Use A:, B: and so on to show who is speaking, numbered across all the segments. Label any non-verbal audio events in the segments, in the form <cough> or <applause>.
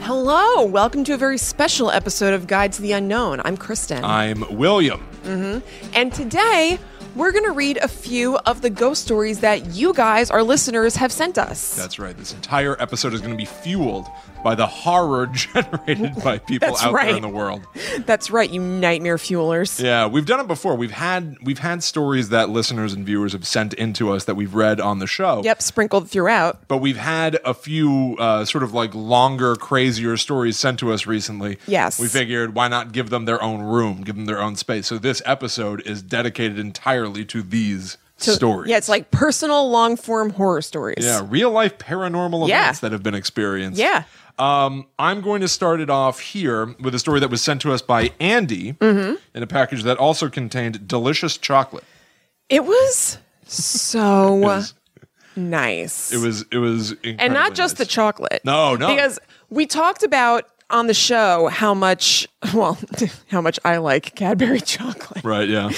A: Hello, welcome to a very special episode of Guide to the Unknown. I'm Kristen.
B: I'm William.
A: and today we're going to read a few of the ghost stories that you guys, our listeners, have sent us.
B: That's right. This entire episode is going to be fueled by the horror <laughs> generated by people
A: That's
B: out
A: right.
B: there in the world.
A: That's right, you nightmare fuelers.
B: Yeah, we've done it before. We've had we've had stories that listeners and viewers have sent into us that we've read on the show.
A: Yep, sprinkled throughout.
B: But we've had a few uh, sort of like longer, crazier stories sent to us recently.
A: Yes.
B: We figured why not give them their own room, give them their own space. So this episode is dedicated entirely to these
A: So-
B: stories.
A: Yeah, it's like personal long form horror stories.
B: Yeah, real life paranormal
A: Yeah.
B: events that have been experienced.
A: Yeah.
B: Um, I'm going to start it off here with a story that was sent to us by Andy
A: Mm-hmm.
B: in a package that also contained delicious chocolate.
A: It was so
B: <laughs> It was,
A: nice.
B: it was, it was
A: and
B: incredibly
A: not just the
B: nice.
A: chocolate.
B: No, no.
A: Because we talked about on the show how much, <laughs> well, how much I like Cadbury <laughs> chocolate. <laughs>
B: Right, yeah.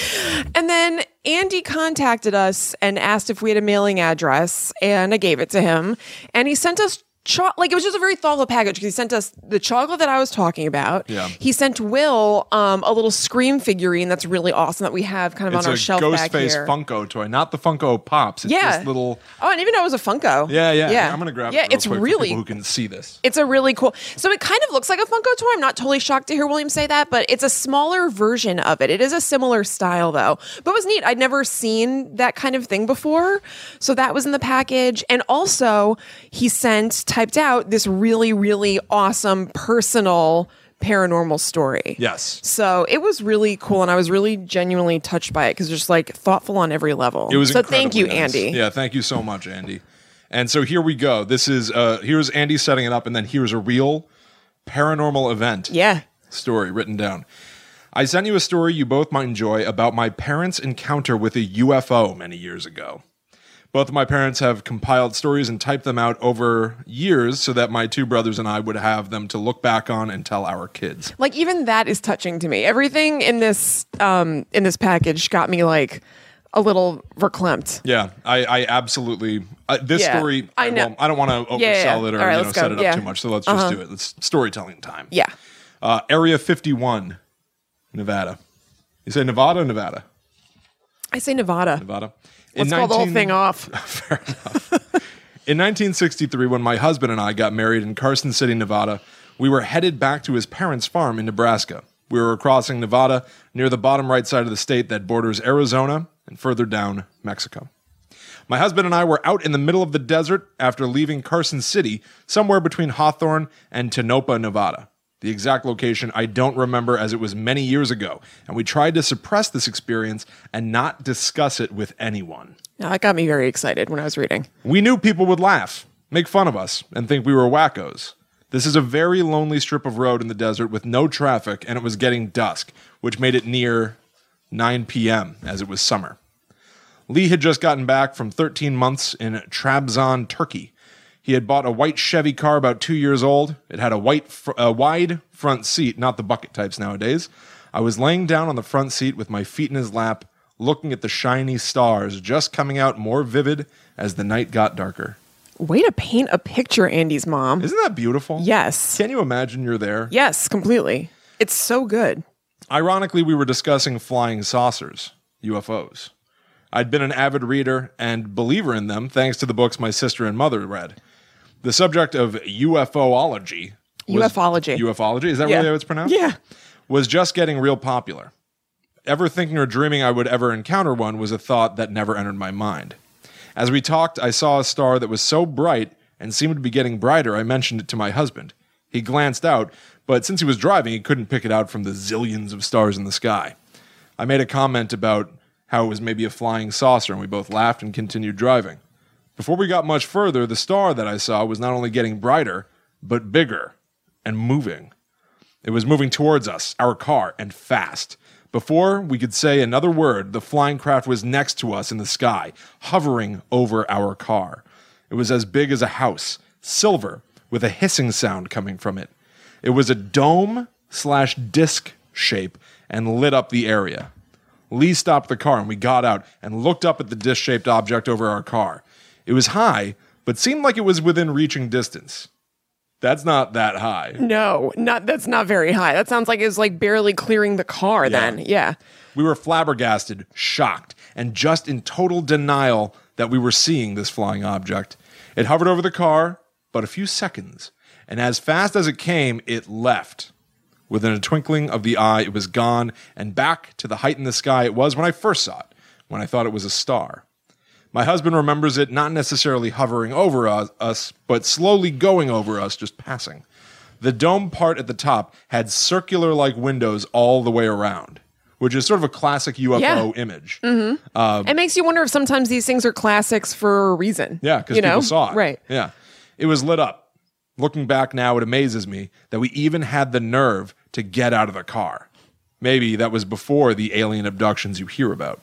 A: And then Andy contacted us and asked if we had a mailing address, and I gave it to him. And he sent us cho- like it was just a very thoughtful package because he sent us the chocolate that I was talking about.
B: Yeah.
A: He sent Will um, a little scream figurine that's really awesome that we have kind of
B: It's
A: on
B: a
A: our shelf back
B: Ghostface
A: here.
B: Funko toy, not the Funko Pops. It's
A: yeah.
B: this little.
A: oh, I didn't even know it was a Funko.
B: Yeah, yeah.
A: Yeah.
B: I'm gonna grab.
A: Yeah,
B: it real
A: it's
B: quick for
A: really-
B: people who can see this.
A: It's a really cool. So it kind of looks like a Funko toy. I'm not totally shocked to hear William say that, but it's a smaller version of it. It is a similar style though. But it was neat. I'd never seen that kind of thing before. So that was in the package. And also, he sent typed out this really really awesome personal paranormal story.
B: Yes.
A: So it was really cool, and I was really genuinely touched by it because just like thoughtful on every level.
B: It was
A: so. Thank you,
B: incredibly nice.
A: Andy.
B: Yeah, thank you so much, Andy. And so here we go. This is uh here's Andy setting it up, and then here's a real paranormal event
A: Yeah.
B: story written down. I sent you a story you both might enjoy about my parents' encounter with a UFO many years ago. Both of my parents have compiled stories and typed them out over years so that my two brothers and I would have them to look back on and tell our kids.
A: like even that is touching to me everything in this um in this package got me like a little verklempt
B: Yeah, I, I absolutely. Uh, this
A: Yeah,
B: story,
A: I
B: I,
A: know.
B: know. I don't want to oversell
A: Yeah, yeah, yeah.
B: it or
A: All right,
B: you know,
A: let's go.
B: set it up
A: Yeah. Uh-huh.
B: too much. So let's just do it. Let's storytelling time.
A: yeah
B: Uh, Area 51, Nevada. You say Nevada, or Nevada,
A: i say nevada
B: Nevada.
A: let's call the whole thing off
B: In 1963, when my husband and I got married in Carson City, Nevada, we were headed back to his parents' farm in Nebraska. We were crossing Nevada near the bottom right side of the state that borders Arizona and further down Mexico. My husband and I were out in the middle of the desert after leaving Carson City, somewhere between Hawthorne and Tonopah, Nevada. The exact location I don't remember as it was many years ago, and we tried to suppress this experience and not discuss it with anyone.
A: no, that got me very excited when i was reading
B: We knew people would laugh, make fun of us, and think we were wackos. This is a very lonely strip of road in the desert with no traffic, and it was getting dusk, which made it near 9 p.m., as it was summer. Lee had just gotten back from 13 months in Trabzon, Turkey. He had bought a white Chevy car about two years old. It had a white, fr- a wide front seat, not the bucket types nowadays. I was laying down on the front seat with my feet in his lap, looking at the shiny stars just coming out more vivid as the night got darker.
A: way to paint a picture andy's mom
B: Isn't that beautiful?
A: yes
B: Can you imagine you're there?
A: yes completely it's so good
B: Ironically, we were discussing flying saucers, UFOs. I'd been an avid reader and believer in them thanks to the books my sister and mother read. The subject of UFOlogy. was-
A: Ufology.
B: Ufology? Is that
A: Yeah.
B: really how it's pronounced?
A: Yeah.
B: Was just getting real popular. Ever thinking or dreaming I would ever encounter one was a thought that never entered my mind. As we talked, I saw a star that was so bright and seemed to be getting brighter, I mentioned it to my husband. He glanced out, but since he was driving, he couldn't pick it out from the zillions of stars in the sky. I made a comment about how it was maybe a flying saucer, and we both laughed and continued driving. Before we got much further, the star that I saw was not only getting brighter, but bigger and moving. It was moving towards us, our car, and fast. Before we could say another word, the flying craft was next to us in the sky, hovering over our car. It was as big as a house, silver, with a hissing sound coming from it. It was a dome slash disc shape and lit up the area. Lee stopped the car and we got out and looked up at the disc shaped object over our car. It was high, but seemed like it was within reaching distance. That's not that high.
A: No, not that's not very high. That sounds like it's like barely clearing the car. Then, yeah,
B: We were flabbergasted, shocked, and just in total denial that we were seeing this flying object. It hovered over the car but a few seconds, and as fast as it came, it left. Within a twinkling of the eye, it was gone and back to the height in the sky it was when I first saw it, when I thought it was a star. My husband remembers it not necessarily hovering over us, us, but slowly going over us, just passing. The dome part at the top had circular like windows all the way around, which is sort of a classic UFO
A: Yeah. Mm-hmm.
B: image. Um,
A: it makes you wonder if sometimes these things are classics for a reason.
B: Yeah, because
A: you
B: people
A: know?
B: saw it.
A: right?
B: Yeah. It was lit up. Looking back now, it amazes me that we even had the nerve to get out of the car. Maybe that was before the alien abductions you hear about.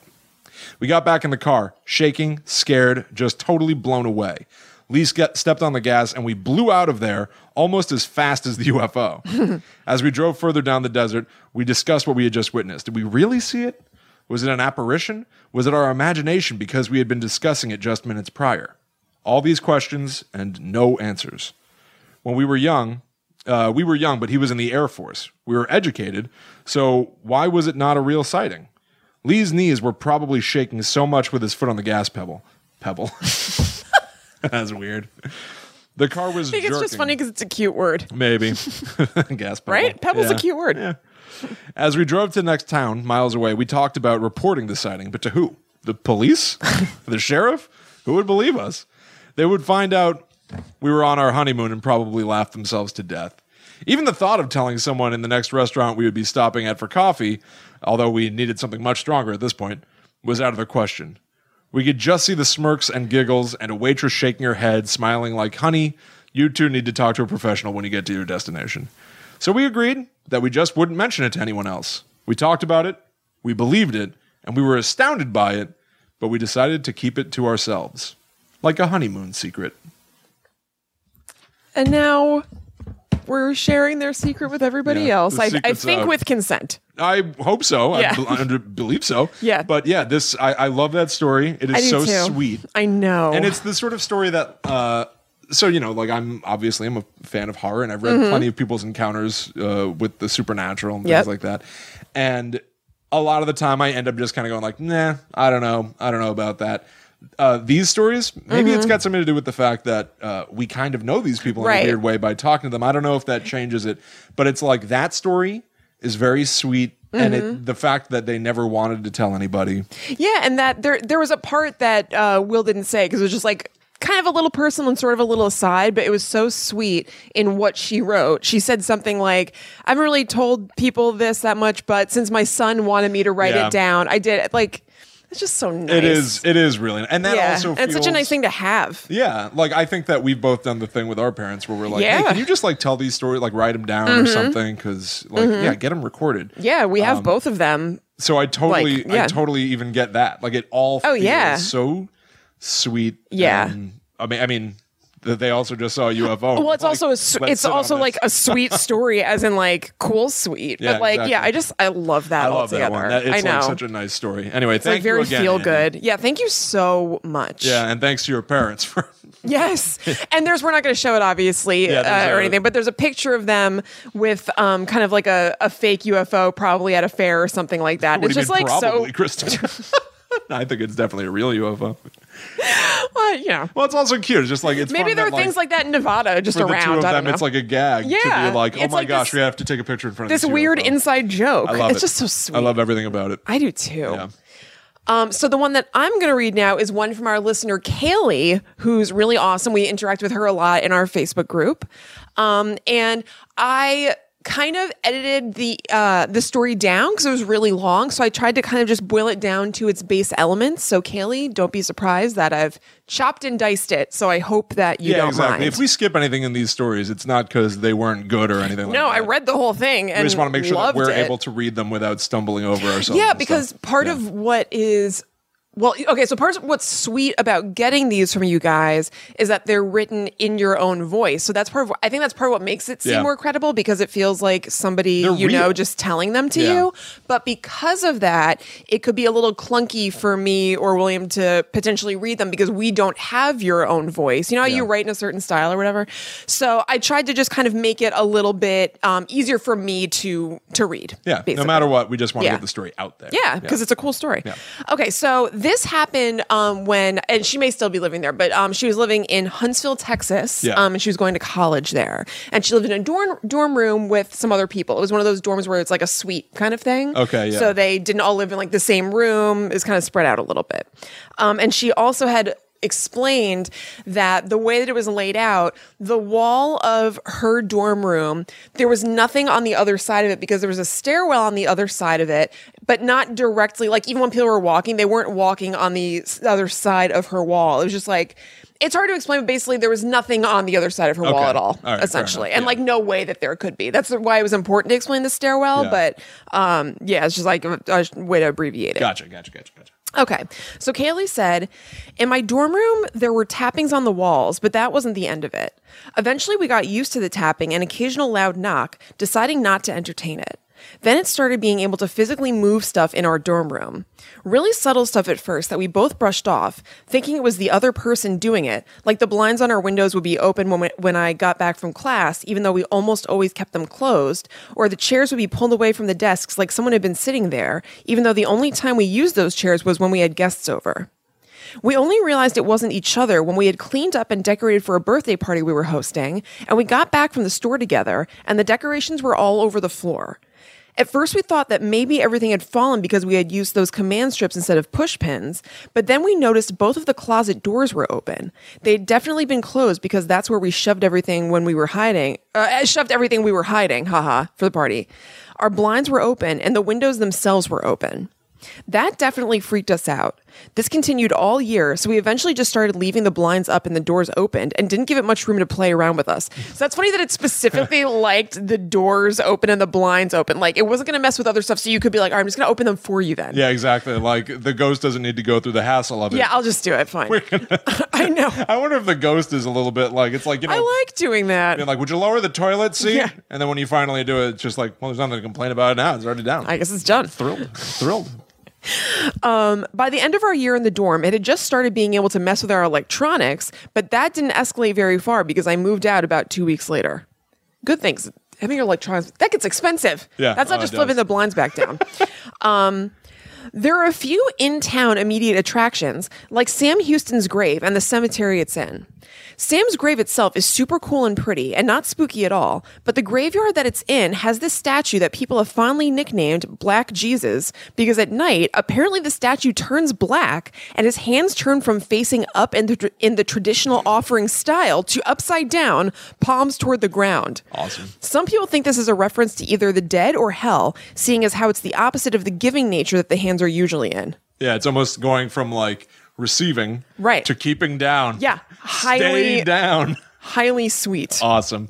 B: We got back in the car, shaking, scared, just totally blown away. Lee ske- stepped on the gas and we blew out of there almost as fast as the <laughs> UFO. as we drove further down the desert, we discussed what we had just witnessed. Did we really see it? Was it an apparition? Was it our imagination because we had been discussing it just minutes prior? All these questions and no answers. When we were young, uh, we were young, but he was in the Air Force. We were educated, so why was it not a real sighting? Lee's knees were probably shaking so much with his foot on the gas pedal. Pebble. <laughs> That's weird. The car was.
A: I think it's just funny because it's a cute word,
B: Maybe. <laughs> gas pedal.
A: right? Pebble's
B: Yeah.
A: a cute word.
B: As we drove to the next town, miles away, we talked about reporting the sighting, but to who? The police? the sheriff? Who would believe us? They would find out we were on our honeymoon and probably laugh themselves to death. Even the thought of telling someone in the next restaurant we would be stopping at for coffee, although we needed something much stronger at this point, was out of the question. We could just see the smirks and giggles and a waitress shaking her head, smiling like, honey, you two need to talk to a professional when you get to your destination. So we agreed that we just wouldn't mention it to anyone else. We talked about it, we believed it, and we were astounded by it, but we decided to keep it to ourselves. Like a honeymoon secret.
A: And now we're sharing their secret with everybody
B: Yeah,
A: else.
B: the
A: I, I
B: secret's
A: think
B: out.
A: with consent.
B: I hope so.
A: Yeah.
B: I, bel- I believe so.
A: <laughs> Yeah.
B: But yeah, this I, I love that story. It
A: I
B: is
A: do
B: so
A: too.
B: sweet.
A: I know.
B: and it's the sort of story that uh so you know like i'm obviously i'm a fan of horror and i've read plenty of people's encounters uh with the supernatural and things
A: Mm-hmm. Yep.
B: like that and a lot of the time i end up just kind of going like nah i don't know i don't know about that uh, these stories, maybe it's got something to do with the fact that uh, we kind of know these people in
A: Mm-hmm. Right.
B: a weird way by talking to them. I don't know if that changes it, but it's like that story is very sweet, and
A: Mm-hmm.
B: it, the fact that they never wanted to tell anybody.
A: Yeah, and that there there was a part that uh, Will didn't say because it was just like kind of a little personal and sort of a little aside, but it was so sweet in what she wrote. She said something like, "I haven't really told people this that much, but since my son wanted me to write
B: Yeah.
A: it down, I did." it." Like, it's just so nice.
B: It is, it is really, and that
A: Yeah,
B: also
A: and it's such a
B: fuels-
A: nice thing to have.
B: Yeah, like I think that we've both done the thing with our parents where we're like, "Hey,
A: Yeah. Mm-hmm.
B: can you just like tell these stories, like write them down or something?" Because like, yeah, get them recorded.
A: Yeah, we
B: Um,
A: have both of them.
B: So I totally,
A: Like, yeah.
B: I totally even get that. Like it all.
A: Oh,
B: feels
A: yeah.
B: so sweet.
A: Yeah.
B: and- I mean, I mean that they also just saw a UFO.
A: Well, it's
B: Like,
A: also a, s-
B: let's
A: it's
B: sit on
A: also
B: this.
A: like a
B: <laughs>
A: sweet story, as in like cool sweet.
B: Yeah,
A: but like, yeah,
B: exactly.
A: I just I love that
B: I love
A: altogether.
B: that one. That, it's
A: I know.
B: like such a nice story. Anyway, thank
A: like very
B: you again.
A: feel
B: Andy.
A: good. Yeah, thank you so much.
B: Yeah, and thanks to your parents for.
A: <laughs>
B: <laughs>
A: Yes. And there's, we're not going to show it, obviously,
B: Yeah, there's
A: uh, or
B: a-
A: anything, but there's a picture of them with um, kind of like a, a fake UFO, probably at a fair or something like that.
B: What
A: it's
B: do you
A: just
B: mean
A: like
B: probably,
A: so,
B: Kristen? <laughs> I think it's definitely a real UFO.
A: <laughs> well, you know,
B: Well, it's also cute. It's just like it's
A: maybe
B: fun
A: there
B: that,
A: are things like that in Nevada just
B: for the
A: around.
B: two of
A: I
B: them,
A: don't know.
B: it's like a gag to
A: Yeah,
B: be like, oh
A: it's
B: my
A: like
B: gosh,
A: this-
B: we have to take a picture in front
A: this
B: of this
A: weird
B: UFO.
A: inside joke.
B: I love
A: it's
B: it.
A: just so sweet.
B: I love everything about it.
A: I do too.
B: Yeah.
A: Um, so the one that I'm going to read now is one from our listener Kaylee, who's really awesome. We interact with her a lot in our Facebook group, um, and I kind of edited the uh, the story down because it was really long. So I tried to kind of just boil it down to its base elements. So Kaylee, don't be surprised that I've chopped and diced it. So I hope that you
B: yeah,
A: don't
B: exactly.
A: mind.
B: If we skip anything in these stories, it's not because they weren't good or anything.
A: no,
B: like
A: I
B: that.
A: read the whole thing and
B: We just want to make sure that
A: loved
B: we're
A: it.
B: able to read them without stumbling over ourselves.
A: Yeah,
B: and
A: because
B: stuff.
A: part
B: Yeah.
A: of what is Well, okay, so part of what's sweet about getting these from you guys is that they're written in your own voice. So that's part of I think that's part of what makes it seem
B: Yeah.
A: more credible because it feels like somebody
B: They're
A: you
B: real.
A: know just telling them to
B: Yeah.
A: you. But because of that, it could be a little clunky for me or William to potentially read them because we don't have your own voice. You know how you
B: Yeah.
A: write in a certain style or whatever. So I tried to just kind of make it a little bit um, easier for me to to read.
B: Yeah. No
A: basically.
B: matter what, we just want to
A: Yeah.
B: get the story out there.
A: Yeah, because it's a cool story. Okay, so this happened um, when, and she may still be living there, but um, she was living in Huntsville, Texas,
B: Yeah.
A: um, and she was going to college there. And she lived in a dorm dorm room with some other people. It was one of those dorms where it's like a suite kind of thing.
B: Okay, yeah.
A: So they didn't all live in like the same room. It was kind of spread out a little bit. Um, and she also had explained that the way that it was laid out, the wall of her dorm room, there was nothing on the other side of it because there was a stairwell on the other side of it, but not directly. Like even when people were walking, they weren't walking on the s- other side of her wall. It was just like, it's hard to explain, but basically there was nothing on the other side of her wall
B: Okay.
A: at all,
B: All right, fair
A: essentially.
B: enough.
A: And
B: Yeah.
A: like no way that there could be. That's why it was important to explain the stairwell,
B: Yeah.
A: but um, yeah, it's just like a, a way to abbreviate it.
B: Gotcha. Gotcha. Gotcha. Gotcha.
A: Okay. So Kaylee said, In my dorm room, there were tappings on the walls, but that wasn't the end of it. Eventually, we got used to the tapping and occasional loud knock, deciding not to entertain it. Then it started being able to physically move stuff in our dorm room. Really subtle stuff at first that we both brushed off, thinking it was the other person doing it, like the blinds on our windows would be open when, we- when I got back from class, even though we almost always kept them closed, or the chairs would be pulled away from the desks like someone had been sitting there, even though the only time we used those chairs was when we had guests over. We only realized it wasn't each other when we had cleaned up and decorated for a birthday party we were hosting, and we got back from the store together, and the decorations were all over the floor. At first, we thought that maybe everything had fallen because we had used those command strips instead of push pins, but then we noticed both of the closet doors were open. They'd definitely been closed because that's where we shoved everything when we were hiding, uh, shoved everything we were hiding, haha, for the party. Our blinds were open, and the windows themselves were open. That definitely freaked us out. This continued all year, so we eventually just started leaving the blinds up and the doors opened and didn't give it much room to play around with us. So that's funny that it
B: <laughs>
A: specifically liked the doors open and the blinds open. Like it wasn't going to mess with other stuff, so you could be like, all right, I'm just going to open them for you then.
B: Yeah, exactly. Like the ghost doesn't need to go through the hassle of it.
A: Yeah, I'll just do it.
B: <laughs>
A: Fine. <laughs> I know.
B: I wonder if the ghost is a little bit like it's like you know,
A: I like doing that.
B: being Oh. like, would you lower the toilet seat?
A: Yeah.
B: And then when you finally do it, it's just like, well, there's nothing to complain about now. It's already down.
A: I guess it's done.
B: thrilled, thrilled.
A: By the end of our year in the dorm, it had just started being able to mess with our electronics, but that didn't escalate very far because I moved out about two weeks later. Good things. Having your electronics, that gets expensive.
B: Yeah,
A: That's not
B: oh,
A: just
B: it
A: flipping
B: does.
A: the blinds back
B: <laughs>
A: down. There are a few in town immediate attractions, like Sam Houston's grave and the cemetery it's in. Sam's grave itself is super cool and pretty and not spooky at all, but the graveyard that it's in has this statue that people have fondly nicknamed Black Jesus because at night, apparently the statue turns black and his hands turn from facing up in the, tr- in the traditional offering style to upside down, palms toward the ground.
B: Awesome.
A: Some people think this is a reference to either the dead or hell, seeing as how it's the opposite of the giving nature that the hands are usually in.
B: Yeah, it's almost going from like receiving
A: Right.
B: to keeping down.
A: Yeah,
B: Stay
A: highly-
B: down.
A: Highly sweet.
B: Awesome.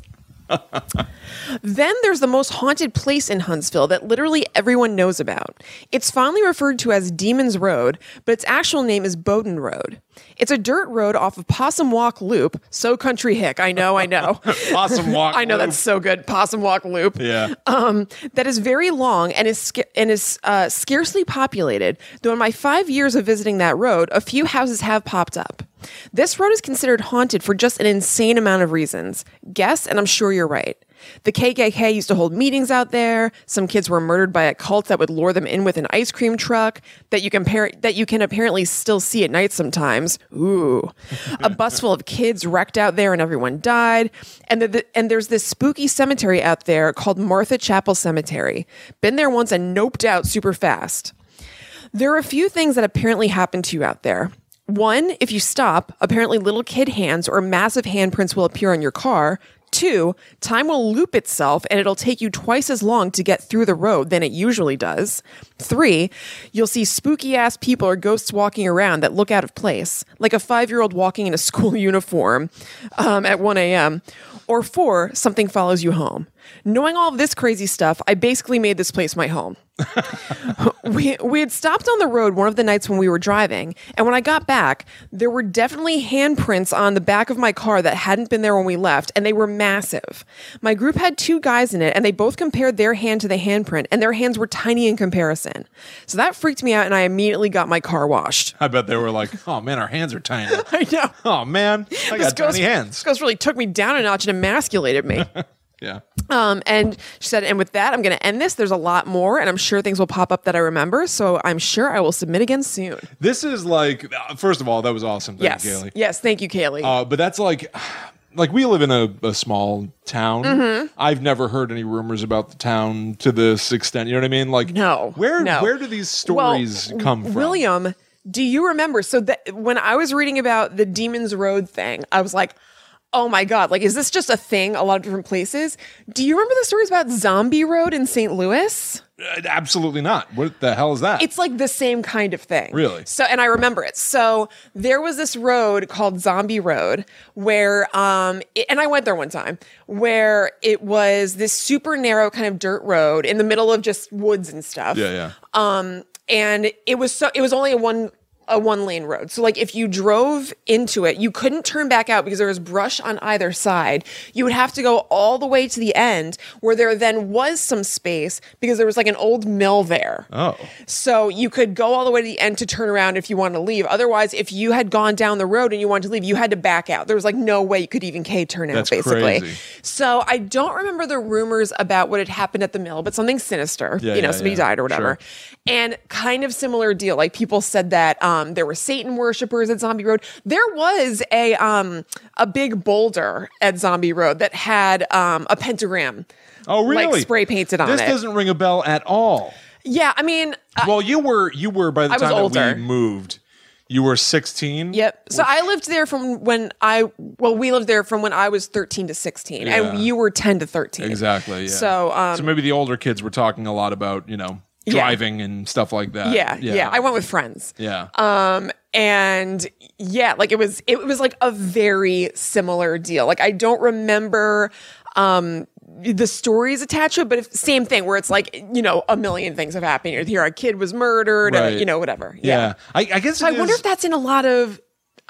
A: Then there's the most haunted place in Huntsville that literally everyone knows about. It's fondly referred to as Demon's Road, but its actual name is Bowden Road. It's a dirt road off of Possum Walk Loop, so country hick. I know, I know.
B: Awesome
A: <laughs>
B: walk.
A: I know
B: Lou.
A: that's so good. Possum Walk Loop.
B: Yeah.
A: um, that is very long and is sca- and is uh, scarcely populated. Though in my five years of visiting that road, a few houses have popped up. This road is considered haunted for just an insane amount of reasons. Guess, and I'm sure you're right. The KKK used to hold meetings out there. Some kids were murdered by a cult that would lure them in with an ice cream truck that you compare that you can apparently still see at night sometimes. Ooh, a bus full of kids wrecked out there and everyone died. And the, the, and there's this spooky cemetery out there called Martha Chapel Cemetery. Been there once and noped out super fast. There are a few things that apparently happen to you out there. One, if you stop, apparently little kid hands or massive handprints will appear on your car. Two, time will loop itself and it'll take you twice as long to get through the road than it usually does. Three, you'll see spooky ass people or ghosts walking around that look out of place, like a five year old walking in a <laughs> school uniform um, at 1 a.m. Or four, something follows you home. Knowing all of this crazy stuff, I basically made this place my home. we we had stopped on the road one of the nights when we were driving, and when I got back, there were definitely handprints on the back of my car that hadn't been there when we left, and they were massive. My group had two guys in it, and they both compared their hand to the handprint, and their hands were tiny in comparison. So that freaked me out, and I immediately got my car washed.
B: I bet they were like, "Oh man, our hands are tiny.
A: <laughs> I know.
B: Oh man, I got tiny
A: This
B: hands."
A: ghost really took me down a notch and emasculated
B: <laughs>
A: me.
B: Yeah.
A: Um, and she said, and with that, I'm going to end this. There's a lot more, and I'm sure things will pop up that I remember. So I'm sure I will submit again soon.
B: This is like, first of all, that was awesome. Thank
A: Yes.
B: you, Kaylee.
A: Yes. Thank you, Kaylee.
B: Uh, but that's like, <sighs> like we live in a, a small town.
A: Mm-hmm.
B: I've never heard any rumors about the town to this extent. You know what I mean? Like,
A: no.
B: where
A: no.
B: where do these stories
A: Well,
B: come from?
A: William, do you remember? So that when I was reading about the Demon's Road thing, I was like, oh my God, like, is this just a thing a lot of different places? Do you remember the stories about Zombie Road in St. Louis?
B: Uh, absolutely not. What the hell is that?
A: it's like the same kind of thing.
B: Really?
A: So, and I remember it. So there was this road called Zombie Road where, um, it, and I went there one time where it was this super narrow kind of dirt road in the middle of just woods and stuff.
B: yeah, yeah.
A: Um, and it was so, it was only a one, a one lane road. So like if you drove into it, you couldn't turn back out because there was brush on either side. You would have to go all the way to the end where there then was some space because there was like an old mill there.
B: Oh,
A: So you could go all the way to the end to turn around if you wanted to leave. Otherwise, if you had gone down the road and you wanted to leave, you had to back out. There was like no way you could even K turn out,
B: That's
A: basically.
B: crazy.
A: So I don't remember the rumors about what had happened at the mill, but something sinister.
B: Yeah,
A: you know,
B: yeah,
A: somebody
B: yeah.
A: died or whatever. And kind of similar deal. Like people said that um, there were Satan worshippers at Zombie Road. There was a um, a big boulder at Zombie Road that had um, a pentagram.
B: oh, really?
A: Like spray painted on
B: This
A: it.
B: doesn't ring a bell at all.
A: Yeah, I mean,
B: well, you were you were by the
A: I was
B: time
A: older.
B: that we moved, you were sixteen.
A: Yep. So I lived there from when I well, we lived there from when I was thirteen to sixteen,
B: Yeah.
A: and you were ten to thirteen.
B: Exactly. Yeah.
A: So, um,
B: so maybe the older kids were talking a lot about you know
A: Yeah.
B: driving and stuff like that.
A: Yeah, yeah. I went with friends.
B: yeah.
A: Um, and yeah, like it was it was like a very similar deal. Like I don't remember um the stories attached to it, but if, same thing where it's like you know a million things have happened here. Our kid was murdered,
B: Right.
A: and you know whatever.
B: yeah. I, I guess
A: So I
B: it
A: wonder
B: is-
A: if that's in a lot of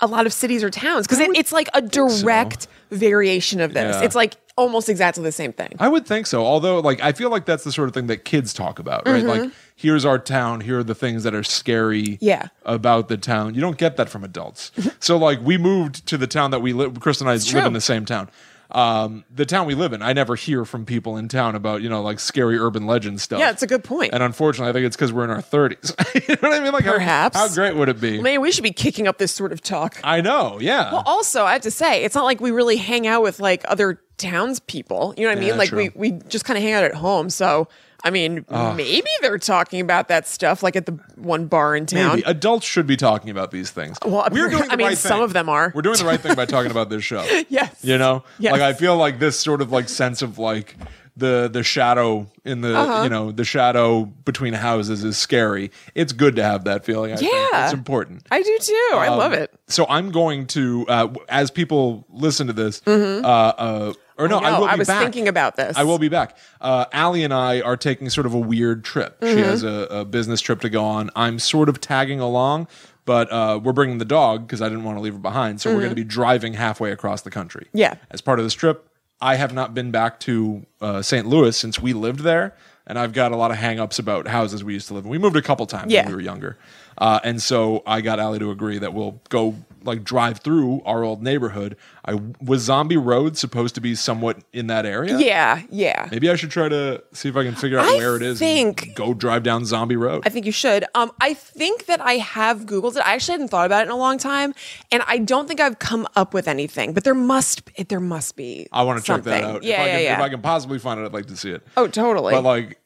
A: a lot of cities or towns because it, it's like a direct variation of this.
B: Yeah.
A: It's like almost exactly the same thing.
B: I would think so. Although, like, I feel like that's the sort of thing that kids talk about, right? Like, here's our town. Here are the things that are scary
A: Mm-hmm. Yeah.
B: about the town. You don't get that from
A: <laughs>
B: adults. so, like, we moved to the town that we live. Chris and I live
A: true.
B: in the same town. Um, the town we live in, I never hear from people in town about you know like scary urban legend stuff.
A: Yeah, it's a good point.
B: And unfortunately, I think it's because we're in our thirties. <laughs> you know what I mean? Like, how-
A: Perhaps.
B: How, great would it be?
A: Man, we should be kicking up this sort of talk.
B: I know. Yeah.
A: Also, I have to say, it's not like we really hang out with like other townspeople. You know what I
B: Yeah,
A: mean? Like
B: true.
A: we we just kind of hang out at home. So I mean, maybe they're talking about that stuff like at the one bar in town.
B: Maybe. Adults should be talking about these things.
A: Well, I mean, some of them are. <laughs>
B: We're doing the right thing by talking about this show.
A: Yes.
B: You know,
A: Yes.
B: like I feel like this sort of like sense of like the the shadow in the
A: Uh-huh.
B: you know the shadow between houses is scary. It's good to have that feeling. I think.
A: Yeah.
B: it's important.
A: I do too. I love
B: Um,
A: it.
B: So I'm going to uh, w- as people listen to this, uh, uh, or no,
A: Mm-hmm. Oh, No,
B: I
A: I,
B: will be
A: was
B: back.
A: thinking about this.
B: I will be back. Uh, Allie and I are taking sort of a weird trip.
A: Mm-hmm.
B: She has a, a business trip to go on. I'm sort of tagging along, but uh, we're bringing the dog because I didn't want to leave her behind. So we're going to be driving halfway across the country.
A: Mm-hmm. Yeah.
B: As part of this trip, I have not been back to uh, St. Louis since we lived there. And I've got a lot of hangups about houses we used to live in. We moved a couple times
A: Yeah.
B: when we were younger. Uh, and so I got Allie to agree that we'll go like drive through our old neighborhood. I was Zombie Road supposed to be somewhat in that area.
A: Yeah, yeah.
B: Maybe I should try to see if I can figure out
A: I
B: where it is. and
A: think-
B: go drive down Zombie Road.
A: I think you should. Um, I think that I have Googled it. I actually hadn't thought about it in a long time, and I don't think I've come up with anything. But there must, it, there must be.
B: I want to check that
A: something.
B: out.
A: Yeah,
B: if I
A: yeah,
B: can,
A: yeah.
B: If I can possibly find it, I'd like to see it.
A: oh, totally.
B: But like,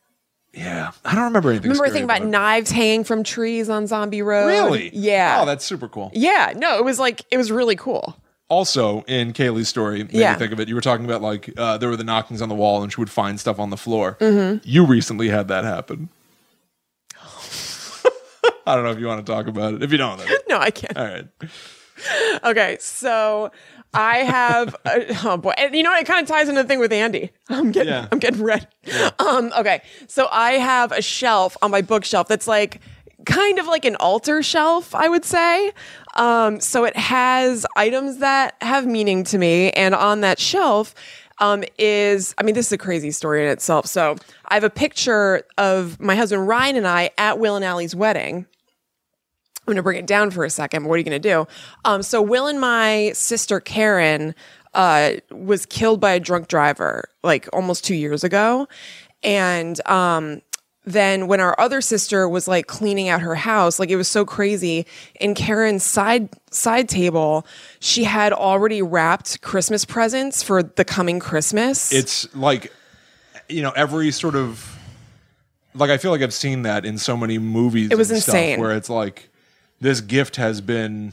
B: yeah, I don't remember anything.
A: Remember
B: scary
A: the thing about
B: it.
A: knives hanging from trees on Zombie Road?
B: really?
A: Yeah.
B: Oh, that's super cool.
A: yeah. No, it was like it was really cool.
B: Also, in Kaylee's story, made
A: Yeah.
B: me think of it. You were talking about like uh, there were the knockings on the wall, and she would find stuff on the floor.
A: Mm-hmm.
B: You recently had that happen. <laughs> I don't know if you want to talk about it. If you don't, then
A: No, I can't.
B: all right.
A: Okay, so I
B: <laughs>
A: have a, oh boy, and you know what? it kind of ties into the thing with Andy. I'm getting
B: Yeah.
A: I'm getting red. Um, okay, so I have a shelf on my bookshelf that's like kind of like an altar shelf, I would say. Um, so it has items that have meaning to me, and on that shelf. Um, is I mean this is a crazy story in itself. So I have a picture of my husband Ryan and I at Will and Allie's wedding, I'm going to bring it down for a second. But what are you going to do? Um, so Will and my sister Karen uh, was killed by a drunk driver like almost two years ago, and um, then when our other sister was like cleaning out her house, like it was so crazy. In Karen's side side table, she had already wrapped Christmas presents for the coming Christmas.
B: it's like you know every sort of like i feel like i've seen that in so many movies it
A: was insane.
B: where it's like this gift has been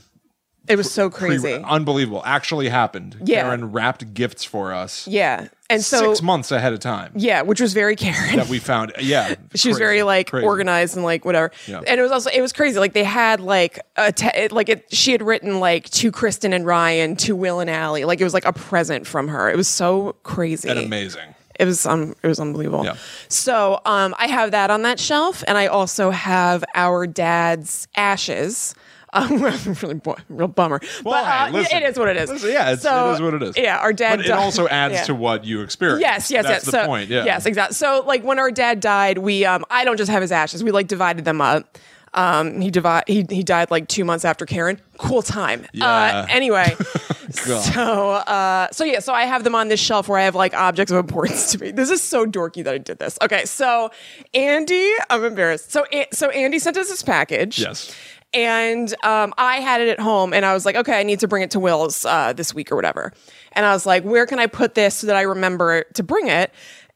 A: it was so
B: pre- uh,
A: crazy.
B: unbelievable actually happened
A: Yeah.
B: karen wrapped gifts for us
A: yeah, and so
B: six months ahead of time
A: yeah, which was very <laughs> Karen.
B: that we found yeah
A: <laughs> she was
B: crazy,
A: very like
B: crazy.
A: organized and like whatever.
B: Yeah.
A: And it was also it was crazy. Like they had like a te- it- like it, she had written like to Kristen and Ryan, to Will and Allie. Like it was like a present from her. It was so crazy.
B: and amazing
A: It was um it was unbelievable.
B: Yeah.
A: So um I have that on that shelf, and I also have our dad's ashes. <laughs> Um, really, bu- real bummer. but
B: Why?
A: uh,
B: Listen.
A: it is what it is.
B: Listen, yeah, it's,
A: So,
B: it is what it is.
A: Yeah, our dad.
B: But it
A: died- <laughs>
B: also adds
A: Yeah.
B: to what you experience.
A: Yes, yes, yes.
B: That's the
A: so,
B: point. Yeah.
A: Yes, exactly. So like when our dad died, we um I don't just have his ashes. We like divided them up. Um he divide he he died like two months after Karen. Cool time.
B: Yeah.
A: Uh anyway.
B: <laughs> God.
A: so uh so yeah, so I have them on this shelf where I have like objects of importance to me. This is so dorky that I did this. Okay, so Andy, I'm embarrassed. So A- so Andy sent us this package.
B: Yes.
A: And um, I had it at home, and I was like, okay, I need to bring it to Will's uh, this week or whatever. And I was like, where can I put this so that I remember to bring it?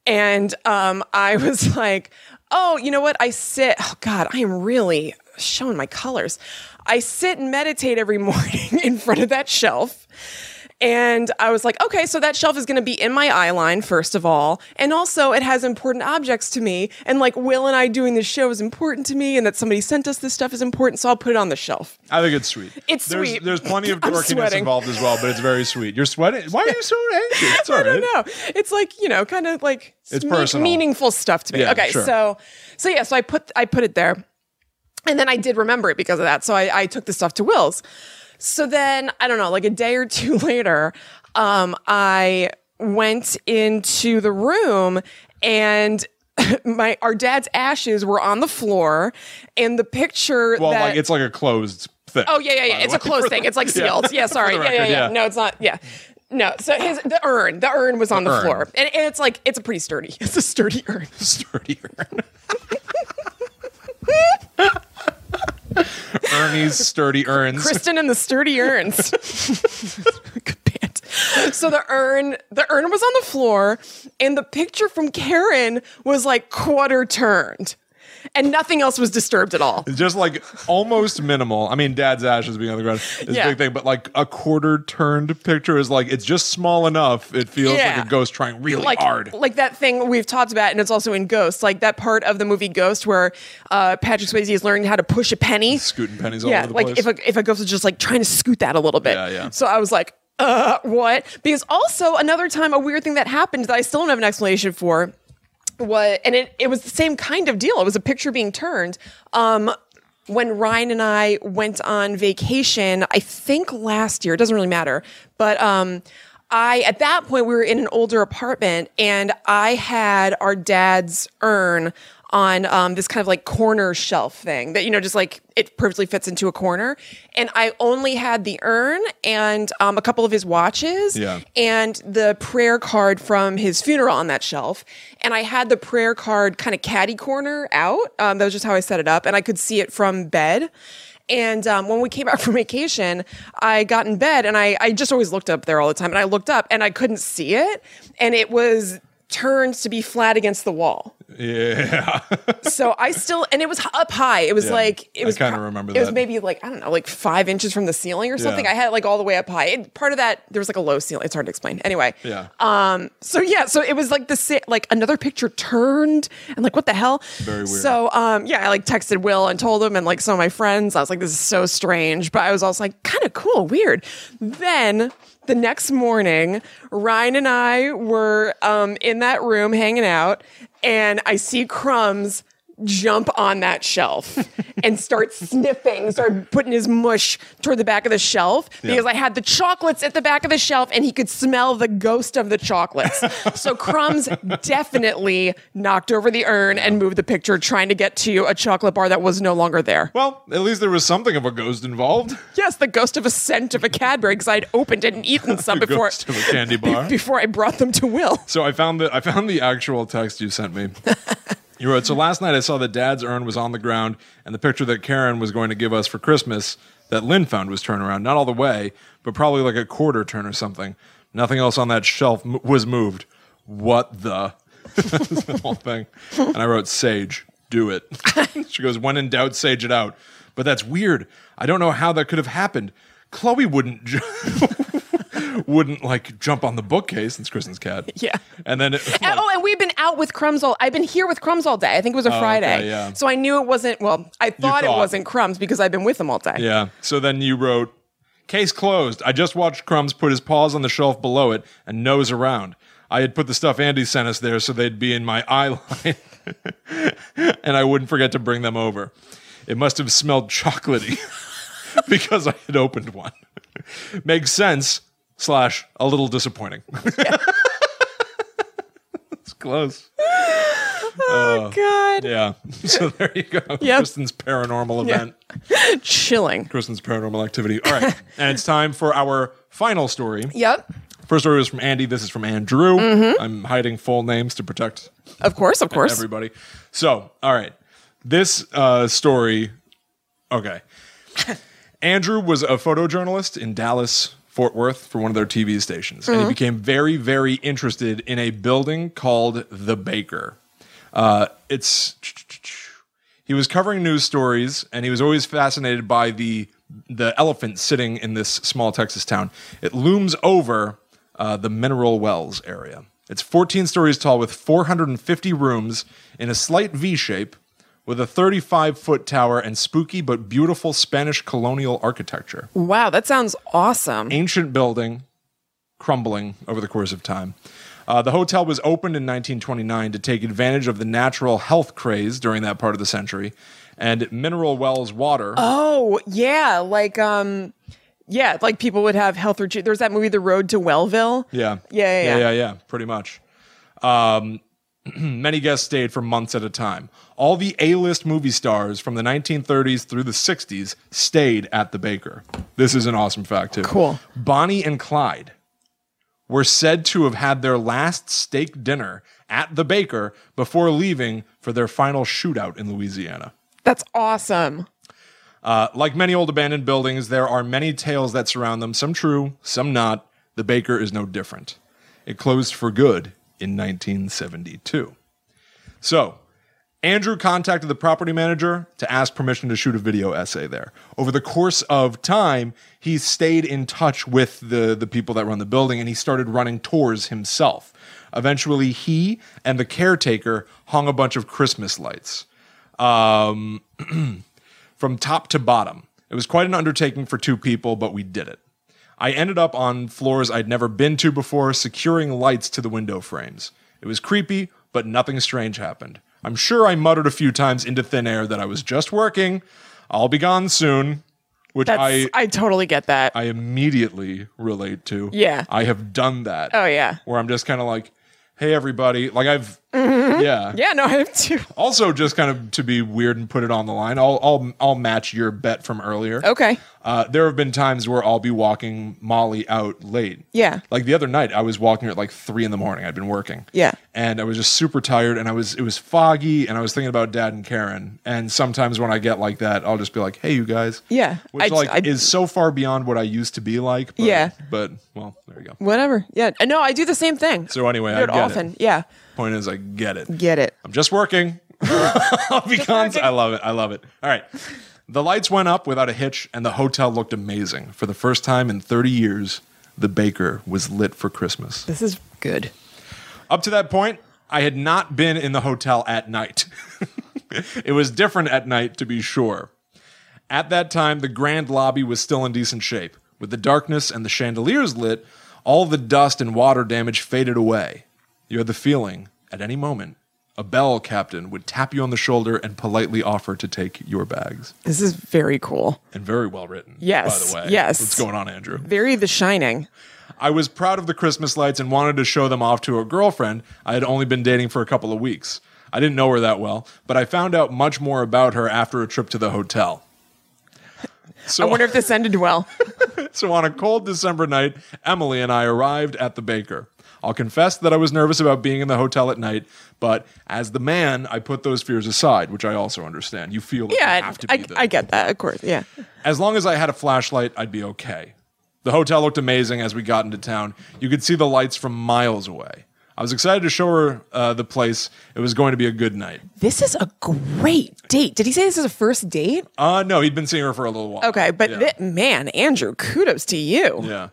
A: And um, I <laughs> was like, oh, you know what? I sit, oh God, I am really showing my colors. I sit and meditate every <laughs> morning in front of that shelf. And I was like, okay, so that shelf is going to be in my eye line, first of all. And also, it has important objects to me. And like, Will and I doing this show is important to me, and that somebody sent us this stuff is important. So I'll put it on the shelf.
B: I think it's sweet.
A: <laughs> It's
B: there's,
A: sweet.
B: There's plenty of
A: <laughs> I'm
B: dorkiness
A: sweating.
B: involved as well, but it's very sweet. You're sweating. Why
A: <laughs>
B: are you so anxious? It's all
A: I don't
B: right.
A: know. It's like, you know, kind of like
B: It's
A: me-
B: personal.
A: meaningful stuff to me.
B: Yeah,
A: okay,
B: sure.
A: so, so yeah, so I put, I put it there. And then I did remember it because of that. So I, I took the stuff to Will's. So then I don't know, like a day or two <laughs> later, um, I went into the room and <laughs> my our dad's ashes were on the floor, and the picture.
B: Well,
A: that,
B: like it's like a closed thing.
A: Oh yeah, yeah, yeah.
B: by the
A: It's a
B: way.
A: closed thing. It's like
B: <laughs>
A: sealed. Yeah, sorry.
B: the
A: yeah, yeah,
B: record,
A: yeah,
B: yeah.
A: No, it's not. Yeah. No, so his the urn, the urn was on the,
B: urn.
A: floor, and, and it's like it's a pretty sturdy, <laughs> it's a sturdy
B: <laughs>
A: urn.
B: <laughs>
A: <laughs>
B: Sturdier. Ernie's sturdy urns.
A: Kristen and the sturdy
B: <laughs>
A: urns. Good band. So the urn, the urn was on the floor, and the picture from Karen was like quarter turned, and nothing else was disturbed at all.
B: It's just like almost minimal. I mean, dad's ashes being on the ground is
A: Yeah.
B: a big thing, but like a quarter turned picture is like it's just small enough. It feels
A: Yeah.
B: like a ghost trying really
A: like
B: hard.
A: like that thing we've talked about, and it's also in Ghost, like that part of the movie Ghost where uh, Patrick Swayze is learning how to push a penny.
B: Scooting pennies all
A: yeah,
B: over the
A: like
B: place.
A: if a if a ghost is just like trying to scoot that a little bit.
B: Yeah, yeah.
A: So I was like, uh, what? Because also another time a weird thing that happened that I still don't have an explanation for. What and it, it was the same kind of deal. It was a picture being turned. Um when Ryan and I went on vacation, I think last year, it doesn't really matter, but um I at that point we were in an older apartment and I had our dad's urn on um, this kind of like corner shelf thing that you know just like it perfectly fits into a corner and i only had the urn and um, a couple of his watches
B: Yeah.
A: and the prayer card from his funeral on that shelf and i had the prayer card kind of caddy corner out um, that was just how i set it up and i could see it from bed and um, when we came back <laughs> from vacation, I got in bed and I, I just always looked up there all the time. And I looked up and I couldn't see it. And it was turned to be flat against the wall.
B: Yeah. <laughs>
A: so I still, and it was h- up high. It was
B: Yeah.
A: like
B: I
A: it was.
B: kinda
A: pro-
B: remember
A: It was
B: that.
A: maybe like I don't know, like five inches from the ceiling or something. I had it like all the way up high. It, part of that there was like a low ceiling. It's hard to explain. Anyway.
B: Yeah.
A: Um. So yeah. So it was like the si- like another picture turned and like what the hell.
B: Very weird.
A: So um. Yeah. I like texted Will and told him and like some of my friends. I was like, this is so strange, but I was also like, kind of cool, weird. Then. The next morning, Ryan and I were um, in that room hanging out, and I see crumbs jump on that shelf <laughs> and start sniffing, start putting his mush toward the back of the shelf because I had the chocolates at the back of the shelf and he could smell the ghost of the
B: <laughs>
A: chocolates. so Crumbs definitely knocked over the urn and moved the picture trying to get to a chocolate bar that was no longer there.
B: Well, at least there was something of a ghost involved.
A: Yes, the ghost of a scent of a Cadbury because I'd opened it and
B: <laughs>
A: eaten some
B: The
A: before
B: ghost of a candy
A: <laughs>
B: bar.
A: before I brought them to
B: <laughs>
A: Will.
B: So I found the I found the actual text you sent me. you wrote, "So last night I saw that Dad's urn was on the ground, and the picture that Karen was going to give us for Christmas that Lynn found was turned around, not all the way, but probably like a quarter turn or something. Nothing else on that shelf m- was moved. What the?" <laughs> the whole thing. And I wrote, Sage, do it. <laughs> she goes, when in doubt, Sage it out. But that's weird. I don't know how that could have happened. Chloe wouldn't ju- <laughs> wouldn't like jump on the bookcase since Kristen's cat.
A: Yeah.
B: And then it,
A: And- oh, and we've been out with crumbs all. I've been here with crumbs all day. I think it was a Friday,
B: Oh, yeah.
A: so I knew it wasn't. Well, I thought, it
B: thought.
A: wasn't crumbs because I've been with them all day.
B: yeah. So then you wrote, case closed. I just watched Crumbs put his paws on the shelf below it and nose around. I had put the stuff Andy sent us there so they'd be in my <laughs> eye line, and I wouldn't forget to bring them over. It must have smelled chocolatey. <laughs> because I had opened one. <laughs> Makes sense, slash, a little disappointing. <laughs> it's close.
A: Oh God,
B: Yeah. <laughs> So there you go.
A: Yep.
B: Kristen's paranormal event.
A: chilling.
B: Kristen's paranormal activity.
A: <laughs>
B: All right. and it's time for our final story.
A: Yep.
B: First story was from Andy. This is from Andrew. I'm hiding full names to protect
A: Mm-hmm. Of course, of course.
B: everybody. So, all right. This uh, story. Okay. Andrew was a photojournalist in Dallas, Fort Worth for one of their TV stations. And he became very, very interested in a building called The Baker. Uh, it's. He was covering news stories and he was always fascinated by the the elephant sitting in this small Texas town. It looms over uh, the Mineral Wells area. It's 14 stories tall with 450 rooms in a slight V shape with a 35 foot tower and spooky but beautiful Spanish colonial architecture.
A: wow, that sounds awesome.
B: Ancient building crumbling over the course of time. Uh, the hotel was opened in 1929 to take advantage of the natural health craze during that part of the century. And mineral wells water.
A: Oh yeah, like um, yeah, like people would have health retreat. There's that movie, The Road to Wellville.
B: Yeah.
A: Yeah, yeah,
B: yeah,
A: yeah.
B: yeah, yeah, pretty much. Um, <clears throat> many guests stayed for months at a time. All the A-list movie stars from the 1930s through the 60s stayed at the Baker. This is an awesome fact too.
A: Cool.
B: Bonnie and Clyde were said to have had their last steak dinner at the Baker before leaving for their final shootout in Louisiana.
A: That's awesome.
B: Uh, like many old abandoned buildings, there are many tales that surround them, some true, some not. The Baker is no different. It closed for good in 1972. So, Andrew contacted the property manager to ask permission to shoot a video essay there. Over the course of time, he stayed in touch with the, the people that run the building and he started running tours himself. Eventually, he and the caretaker hung a bunch of Christmas lights from top to bottom. It was quite an undertaking for two people, but we did it. I ended up on floors I'd never been to before, securing lights to the window frames. It was creepy, but nothing strange happened. I'm sure I muttered a few times into thin air that I was just working. I'll be gone soon, which
A: That's I,
B: I
A: totally get that.
B: I immediately relate to.
A: Yeah.
B: I have done that.
A: oh yeah,
B: Where I'm just kind of like, hey everybody, like I've yeah.
A: Mm-hmm. yeah. No, <laughs> I have two.
B: Also, just kind of to be weird and put it on the line, I'll I'll I'll match your bet from earlier.
A: Okay.
B: Uh, there have been times where I'll be walking Molly out late.
A: Yeah.
B: Like the other night, I was walking her at like three in the morning. I'd been working.
A: Yeah.
B: And I was just super tired, and I was it was foggy, and I was thinking about Dad and Karen. And sometimes when I get like that, I'll just be like, "Hey, you guys."
A: Yeah.
B: Which
A: I-
B: like
A: I-
B: is so far beyond what I used to be like. But,
A: Yeah.
B: But well. there we go.
A: Whatever. Yeah. And No, I do the same thing.
B: So anyway,
A: I do
B: I
A: it
B: get
A: often.
B: it.
A: Yeah.
B: Point is, I get it.
A: Get it.
B: I'm just working. I'll be cons-
A: working.
B: I love it. I love it. All right. The lights went up without a hitch, and the hotel looked amazing. For the first time in 30 years, the baker was lit for Christmas.
A: This is good.
B: Up to that point, I had not been in the hotel at night. <laughs> it was different at night, to be sure. At that time, the grand lobby was still in decent shape. With the darkness and the chandeliers lit, all the dust and water damage faded away. You had the feeling, at any moment, a bell captain would tap you on the shoulder and politely offer to take your bags.
A: This is very cool.
B: And very well written,
A: Yes,
B: by the way.
A: yes.
B: What's going on, Andrew?
A: Very The Shining.
B: I was proud of the Christmas lights and wanted to show them off to a girlfriend I had only been dating for a couple of weeks. I didn't know her that well, but I found out much more about her after a trip to
A: <laughs>
B: the hotel. So,
A: I wonder if this ended well.
B: <laughs> so on a cold December night, Emily and I arrived at the baker. I'll confess that I was nervous about being in the hotel at night, but as the man, I put those fears aside, which I also understand. You feel that you
A: Yeah,
B: have to be
A: I,
B: there.
A: I get that, of course. Yeah.
B: As long as I had a flashlight, I'd be okay. The hotel looked amazing as we got into town. You could see the lights from miles away. I was excited to show her uh, the place. It was going to be a good night.
A: This is a great date. Did he say this is a first date?
B: Uh, no, he'd been seeing her for a little while.
A: Okay, but
B: yeah.
A: thi- man, Andrew, kudos to you.
B: yeah.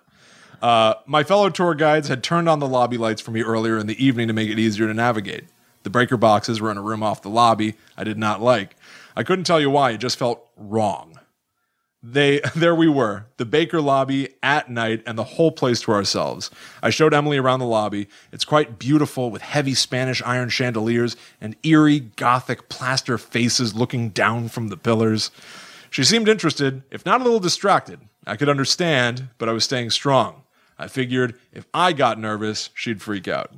B: Uh, my fellow tour guides had turned on the lobby lights for me earlier in the evening to make it easier to navigate. The breaker boxes were in a room off the lobby I did not like. I couldn't tell you why, it just felt wrong. they <laughs> there we were the baker lobby at night and the whole place to ourselves i showed emily around the lobby it's quite beautiful with heavy spanish iron chandeliers and eerie gothic plaster faces looking down from the pillars she seemed interested if not a little distracted i could understand but i was staying strong i figured if i got nervous she'd freak out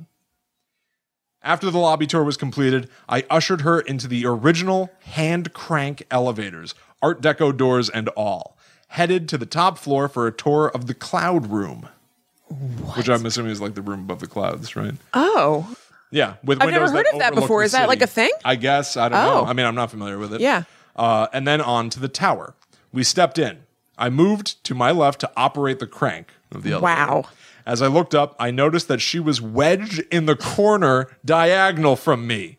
B: after the lobby tour was completed, I ushered her into the original hand crank elevators, Art Deco doors and all, headed to the top floor for a tour of the cloud room. Which I'm assuming is like the room above the clouds, right?
A: Oh,
B: Yeah, with
A: I've
B: windows
A: never heard of that
B: overlook
A: before.
B: the
A: Is that like
B: city.
A: a thing?
B: I guess I don't
A: Oh.
B: know. I mean, I'm not familiar with it.
A: Yeah.
B: Uh, and then on to the tower. We stepped in. I moved to my left to operate the crank of the elevator.
A: Wow.
B: As I looked up, I noticed that she was wedged in the corner, diagonal from me,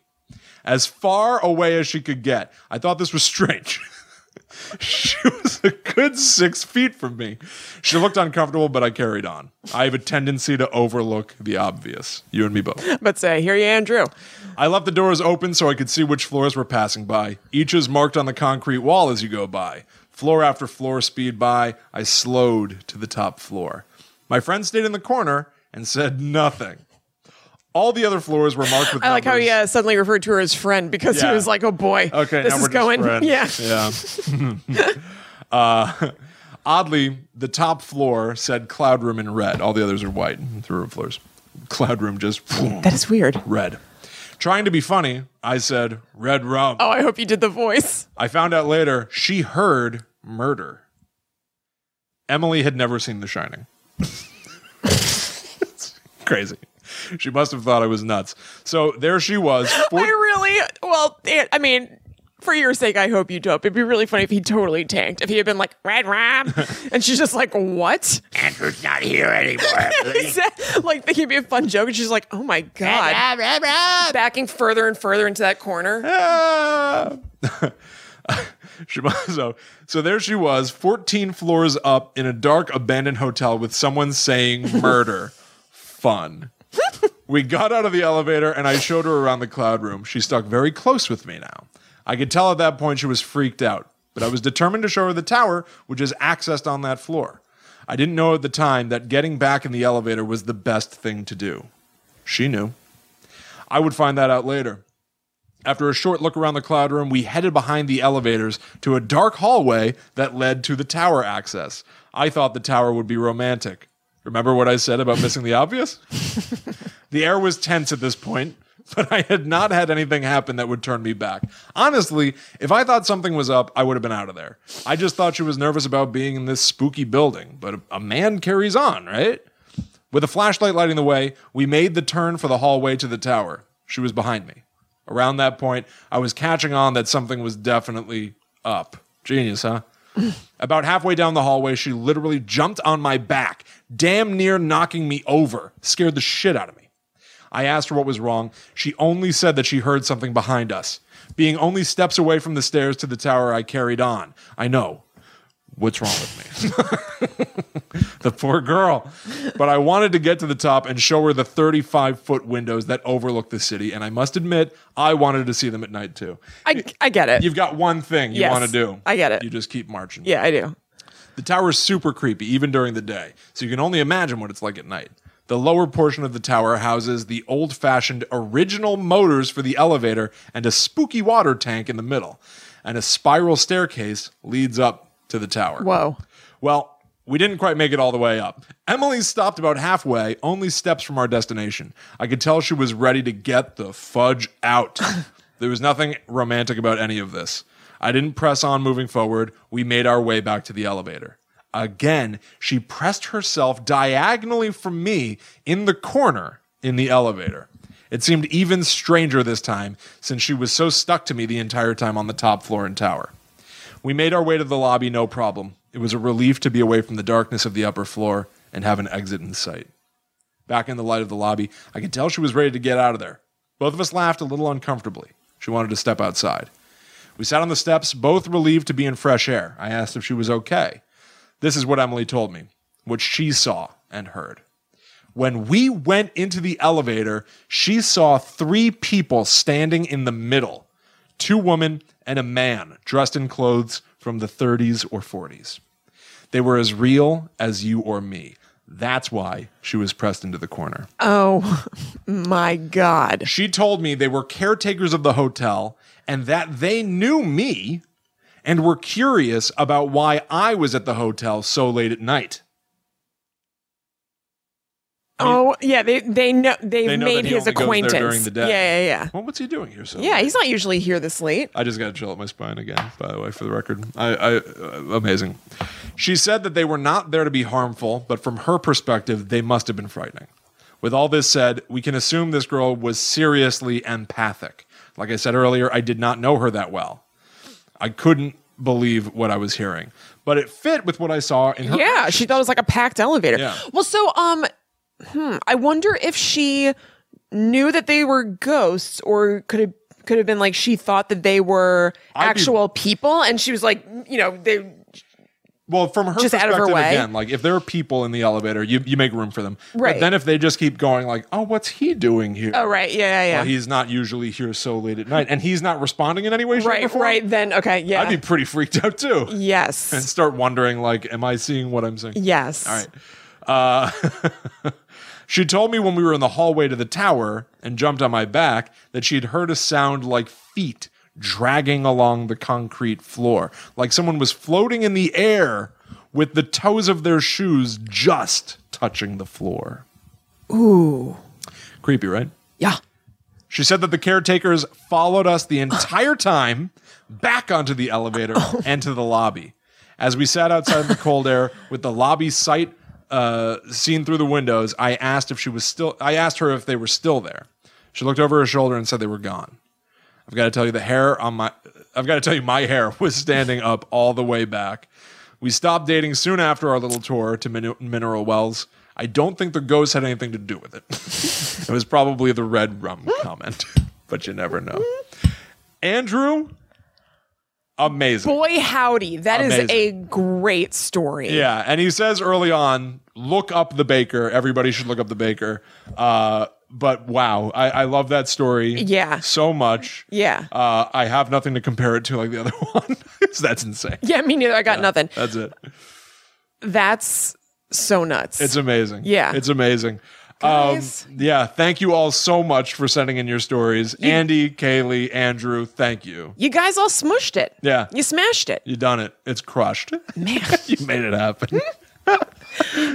B: as far away as she could get. I thought this was strange. <laughs> she was a good six feet from me. She looked uncomfortable, but I carried on. I have a tendency to overlook the obvious. You and me both.
A: but say, here you, Andrew.
B: I left the doors open so I could see which floors were passing by. Each is marked on the concrete wall as you go by. Floor after floor speed by, I slowed to the top floor. My friend stayed in the corner and said nothing. All the other floors were marked with
A: I like how
B: numbers.
A: he uh, suddenly referred to her as friend because
B: Yeah.
A: he was like, oh boy,
B: Okay,
A: this
B: now
A: is
B: we're just
A: going.
B: friends.
A: <laughs> Yeah. uh,
B: Yeah. <laughs> uh, oddly, the top floor said cloud room in red. All the others are white. Three room floors. Cloud room just
A: That is weird.
B: red. Trying to be funny, I said red rum.
A: Oh, I hope you did the voice.
B: I found out later she heard murder. Emily had never seen The Shining. <laughs> It's crazy. She must have thought I was nuts. So there
C: <laughs>
B: she was.
A: I
B: four-
A: really, well, it, I mean, for your sake, I hope you dope. It'd be really funny if he totally tanked. If he had been like, Red
B: <laughs>
A: Ram, and she's just like, what?
C: Andrew's not here anymore.
A: Is that- like, think it'd be a fun joke. And she's like, oh my God. Backing further and further into that corner.
B: Ah! she must- so, so there she was, 14 floors up in a dark, abandoned hotel with someone saying murder. Fun. We got out of the elevator and I showed her around the cloud room. She stuck very close with me now. I could tell at that point she was freaked out, but I was determined to show her the tower, which is accessed on that floor. I didn't know at the time that getting back in the elevator was the best thing to do. She knew. I would find that out later. After a short look around the cloud room, we headed behind the elevators to a dark hallway that led to the tower access. I thought the tower would be romantic. Remember what I said about missing the obvious? the air was tense at this point, but I had not had anything happen that would turn me back. Honestly, if I thought something was up, I would have been out of there. I just thought she was nervous about being in this spooky building, but a- a man carries on, right? With a flashlight lighting the way, we made the turn for the hallway to the tower. She was behind me. Around that point, I was catching on that something was definitely up. Genius, huh? <laughs> About halfway down the hallway, she literally jumped on my back, damn near knocking me over, scared the shit out of me. I asked her what was wrong. She only said that she heard something behind us. Being only steps away from the stairs to the tower, I carried on. I know. What's wrong with me? <laughs> the poor girl. But I wanted to get to the top and show her the 35 foot windows that overlook the city. And I must admit, I wanted to see them at night too.
A: I, I get it.
B: You've got one thing you
A: Yes.
B: want to do.
A: I get it.
B: You just keep marching.
A: yeah, I do.
B: The tower is super creepy, even during the day, so you can only imagine what it's like at night. The lower portion of the tower houses the old fashioned original motors for the elevator and a spooky water tank in the middle. And a spiral staircase leads up to the tower.
A: Whoa.
B: Well, we didn't quite make it all the way up. Emily stopped about halfway, only steps from our destination. I could tell she was ready to get the fudge out. there was nothing romantic about any of this. I didn't press on moving forward. We made our way back to the elevator. Again, she pressed herself diagonally from me in the corner in the elevator. It seemed even stranger this time since she was so stuck to me the entire time on the top floor and tower. We made our way to the lobby, no problem. It was a relief to be away from the darkness of the upper floor and have an exit in sight. Back in the light of the lobby, I could tell she was ready to get out of there. Both of us laughed a little uncomfortably. She wanted to step outside. We sat on the steps, both relieved to be in fresh air. I asked if she was okay. This is what Emily told me, what she saw and heard. When we went into the elevator, she saw three people standing in the middle two women and a man dressed in clothes from the 30s or 40s. They were as real as you or me. That's why she was pressed into the corner.
A: Oh <laughs> my God.
B: She told me they were caretakers of the hotel and that they knew me and were curious about why I was at the hotel so late at night.
A: Oh yeah, they they know they've
B: They know that
A: made
B: he
A: his
B: only goes there
A: acquaintance
B: during the day.
A: Yeah, yeah,
B: Well, what's he doing here? So
A: yeah. Yeah,
B: late?
A: he's not usually here this late.
B: I just got to chill up my spine again, by the way, for the record. I, I uh, amazing. She said that they were not there to be harmful, but from her perspective, they must have been frightening. With all this said, we can assume this girl was seriously empathic. Like I said earlier, I did not know her that well. I couldn't believe what I was hearing, but it fit with what I saw in her.
A: Yeah, she thought it was like a packed elevator.
B: Yeah.
A: Well, so um, hmm, I wonder if she knew that they were ghosts, or could have could have been like she thought that they were
B: I'd be-
A: actual people, and she was like, you know, they
B: Well, from her
A: Just out
B: perspective
A: of her way.
B: again, like if there are people in the elevator, you, you make room for them. But
A: Right.
B: then if they just keep going, like, oh, what's he doing here?
A: oh right, yeah, yeah,
B: Well,
A: yeah,
B: he's not usually here so late at night, and he's not responding in any way, shape, or
A: right,
B: form.
A: right. Then okay, yeah,
B: I'd be pretty freaked out too, and
A: yes,
B: start wondering like, am I seeing what I'm seeing?
A: yes.
B: All right. Uh, she told me when we were in the hallway to the tower and jumped on my back that she had heard a sound like feet dragging along the concrete floor, like someone was floating in the air with the toes of their shoes just touching the floor.
A: Ooh,
B: Creepy, right?
A: yeah.
B: She said that the caretakers followed us the entire time back onto the elevator and to the lobby. As we sat outside in the cold air with the lobby sight uh, seen through the windows, I asked if she was still. I asked her if they were still there. She looked over her shoulder and said they were gone. I've got to tell you, the hair on my. I've got to tell you, my hair <laughs> was standing up all the way back. We stopped dating soon after our little tour to Min- Mineral Wells. I don't think the ghost had anything to do with it. <laughs> it was probably the red rum comment, <laughs> but you never know. Andrew, amazing.
A: Boy, howdy! That is
B: Amazing.
A: a great story.
B: Yeah, and he says early on, look up the baker. Everybody should look up the baker. Uh, but wow, I, I love that story.
A: Yeah.
B: so much.
A: Yeah.
B: uh, I have nothing to compare it to like the other <laughs> one. so that's insane.
A: <laughs> Yeah, me neither. I got nothing.
B: That's it.
A: That's so nuts.
B: It's amazing.
A: Yeah.
B: it's amazing. Um,
A: Guys.
B: yeah, thank you all so much for sending in your stories, Andy, Kaylee, Andrew. Thank you.
A: you guys all smushed it.
B: Yeah.
A: You smashed it.
B: You done it. It's crushed. <laughs>
A: Man. <laughs>
B: you made it happen.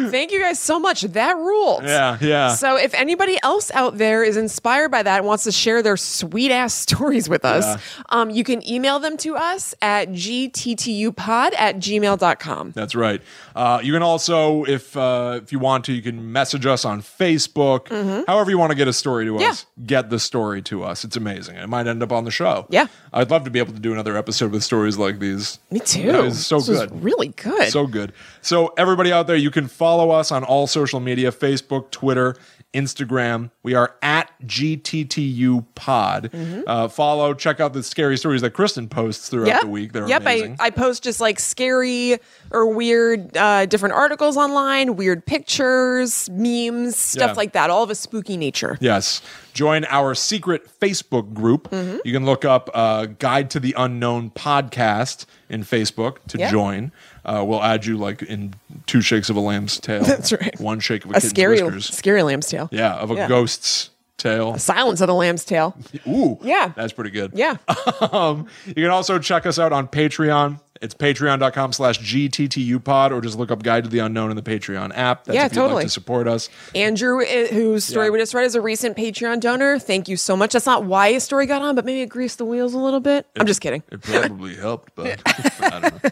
A: Thank you guys so much. That rules.
B: Yeah, yeah.
A: So if anybody else out there is inspired by that and wants to share their sweet ass <laughs> stories with us, um, you can email them to us at gttupod at gmail.com.
B: That's right. Uh, you can also, if uh, if you want to, you can message us on Facebook. However, you want to get a story to
A: Mm-hmm. Yeah.
B: us, get the story to us. It's amazing. It might end up on the show.
A: Yeah.
B: I'd love to be able to do another episode with stories like these.
A: Me too.
B: That is so
A: This was
B: good.
A: really good.
B: So good. So everybody out there, you can follow us on all social media: Facebook, Twitter, Instagram. We are at GTTU Pod. Uh, follow. Check out the scary stories that Kristen posts throughout
A: Mm-hmm. Yep.
B: the week. They're
A: yep.
B: amazing.
A: I, I post just like scary or weird uh, different articles online, weird pictures, memes, stuff
B: Yeah.
A: like that, all of a spooky nature.
B: Yes. Join our secret Facebook group.
A: Mm-hmm.
B: You can look up uh, Guide to the Unknown podcast in Facebook to
A: Yeah.
B: join. Uh, we'll add you like in two shakes of a lamb's
A: <laughs>
B: tail.
A: That's right.
B: One shake of a,
A: A
B: kid's
A: scary,
B: whiskers.
A: scary lamb's tail.
B: Yeah, of a
A: Yeah.
B: ghost's tail.
A: Silence of the lamb's
B: <laughs>
A: tail.
B: Ooh.
A: Yeah.
B: That's pretty good.
A: Yeah.
B: Um, you can also check us out on Patreon. It's patreon.com slash gttupod or just look up Guide to the Unknown in the Patreon app. That's
A: Yeah,
B: if you'd
A: totally.
B: like to support us.
A: Andrew, i- whose story
B: Yeah.
A: we just read, is a recent Patreon donor. Thank you so much. That's not why his story got on, but maybe it greased the wheels a little bit. I'm just kidding.
B: It probably helped, but <laughs> I don't know.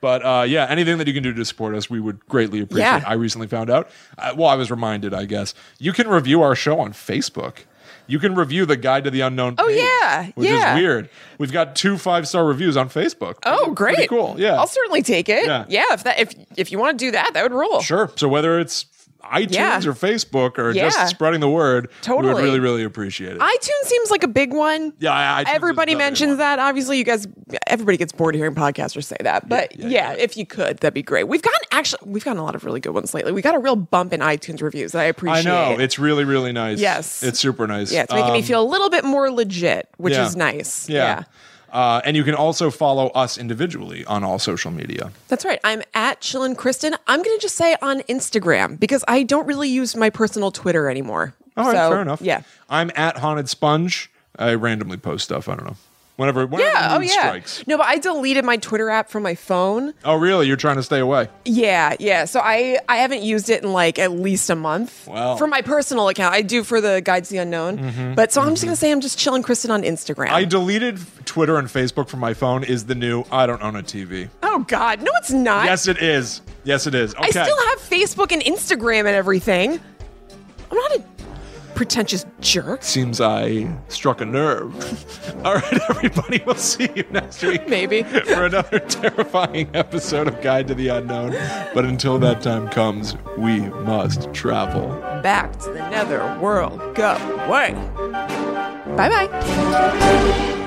B: But uh, yeah, anything that you can do to support us, we would greatly appreciate.
A: Yeah.
B: I recently found out. Uh, well, I was reminded, I guess. You can review our show on Facebook. You can review the Guide to the Unknown. Oh
A: yeah,
B: which
A: yeah.
B: is weird. We've got two five star reviews on Facebook.
A: Oh, great!
B: Pretty cool. Yeah,
A: I'll certainly take it.
B: Yeah.
A: Yeah, if that if if you want to do that, that would roll.
B: sure. So whether it's iTunes
A: Yeah.
B: or Facebook or
A: Yeah.
B: just spreading the word, we would
A: Totally.
B: really, really appreciate it.
A: iTunes seems like a big one.
B: yeah, I, iTunes is
A: Everybody
B: another
A: mentions
B: one.
A: that. Obviously, you guys, everybody gets bored of hearing podcasters say that. But yeah,
B: yeah,
A: if you could, that'd be great. We've gotten actually, we've gotten a lot of really good ones lately. We got a real bump in iTunes reviews that I
B: I
A: appreciate.
B: know it's really, really nice.
A: Yes.
B: it's super nice.
A: yeah, it's making me
B: Um,
A: feel a little bit more legit, which
B: yeah.
A: is nice.
B: Yeah. Uh, and you can also follow us individually on all social media.
A: That's right. I'm at Chillin' Kristen. I'm going to just say on Instagram because I don't really use my personal Twitter anymore.
B: All right,
A: So,
B: fair enough.
A: Yeah.
B: I'm at Haunted Sponge. I randomly post stuff. I don't know. Whenever, whenever
A: Yeah.
B: the
A: Oh,
B: mood
A: yeah.
B: strikes.
A: No, but I deleted my Twitter app from my phone.
B: Oh, really? You're trying to stay away?
A: Yeah. Yeah. So I, I haven't used it in like at least a month.
B: Wow. Mm-hmm.
A: For my personal account, I do for the Guides to the Unknown. But so I'm just going to say I'm just Chillin' Kristen on Instagram.
B: I deleted Twitter and Facebook from my phone. Is the new I don't own a TV?
A: oh, God. No, it's not.
B: Yes, it is. Yes, it is. Okay.
A: I still have Facebook and Instagram and everything. I'm not a pretentious jerk.
B: Seems I struck a nerve. <laughs> All right, <laughs> everybody. We'll see you next week <laughs>
A: Maybe.
B: for another terrifying episode of Guide to the Unknown. But until that time comes, we must travel.
A: back to the nether world. Go away. Bye bye.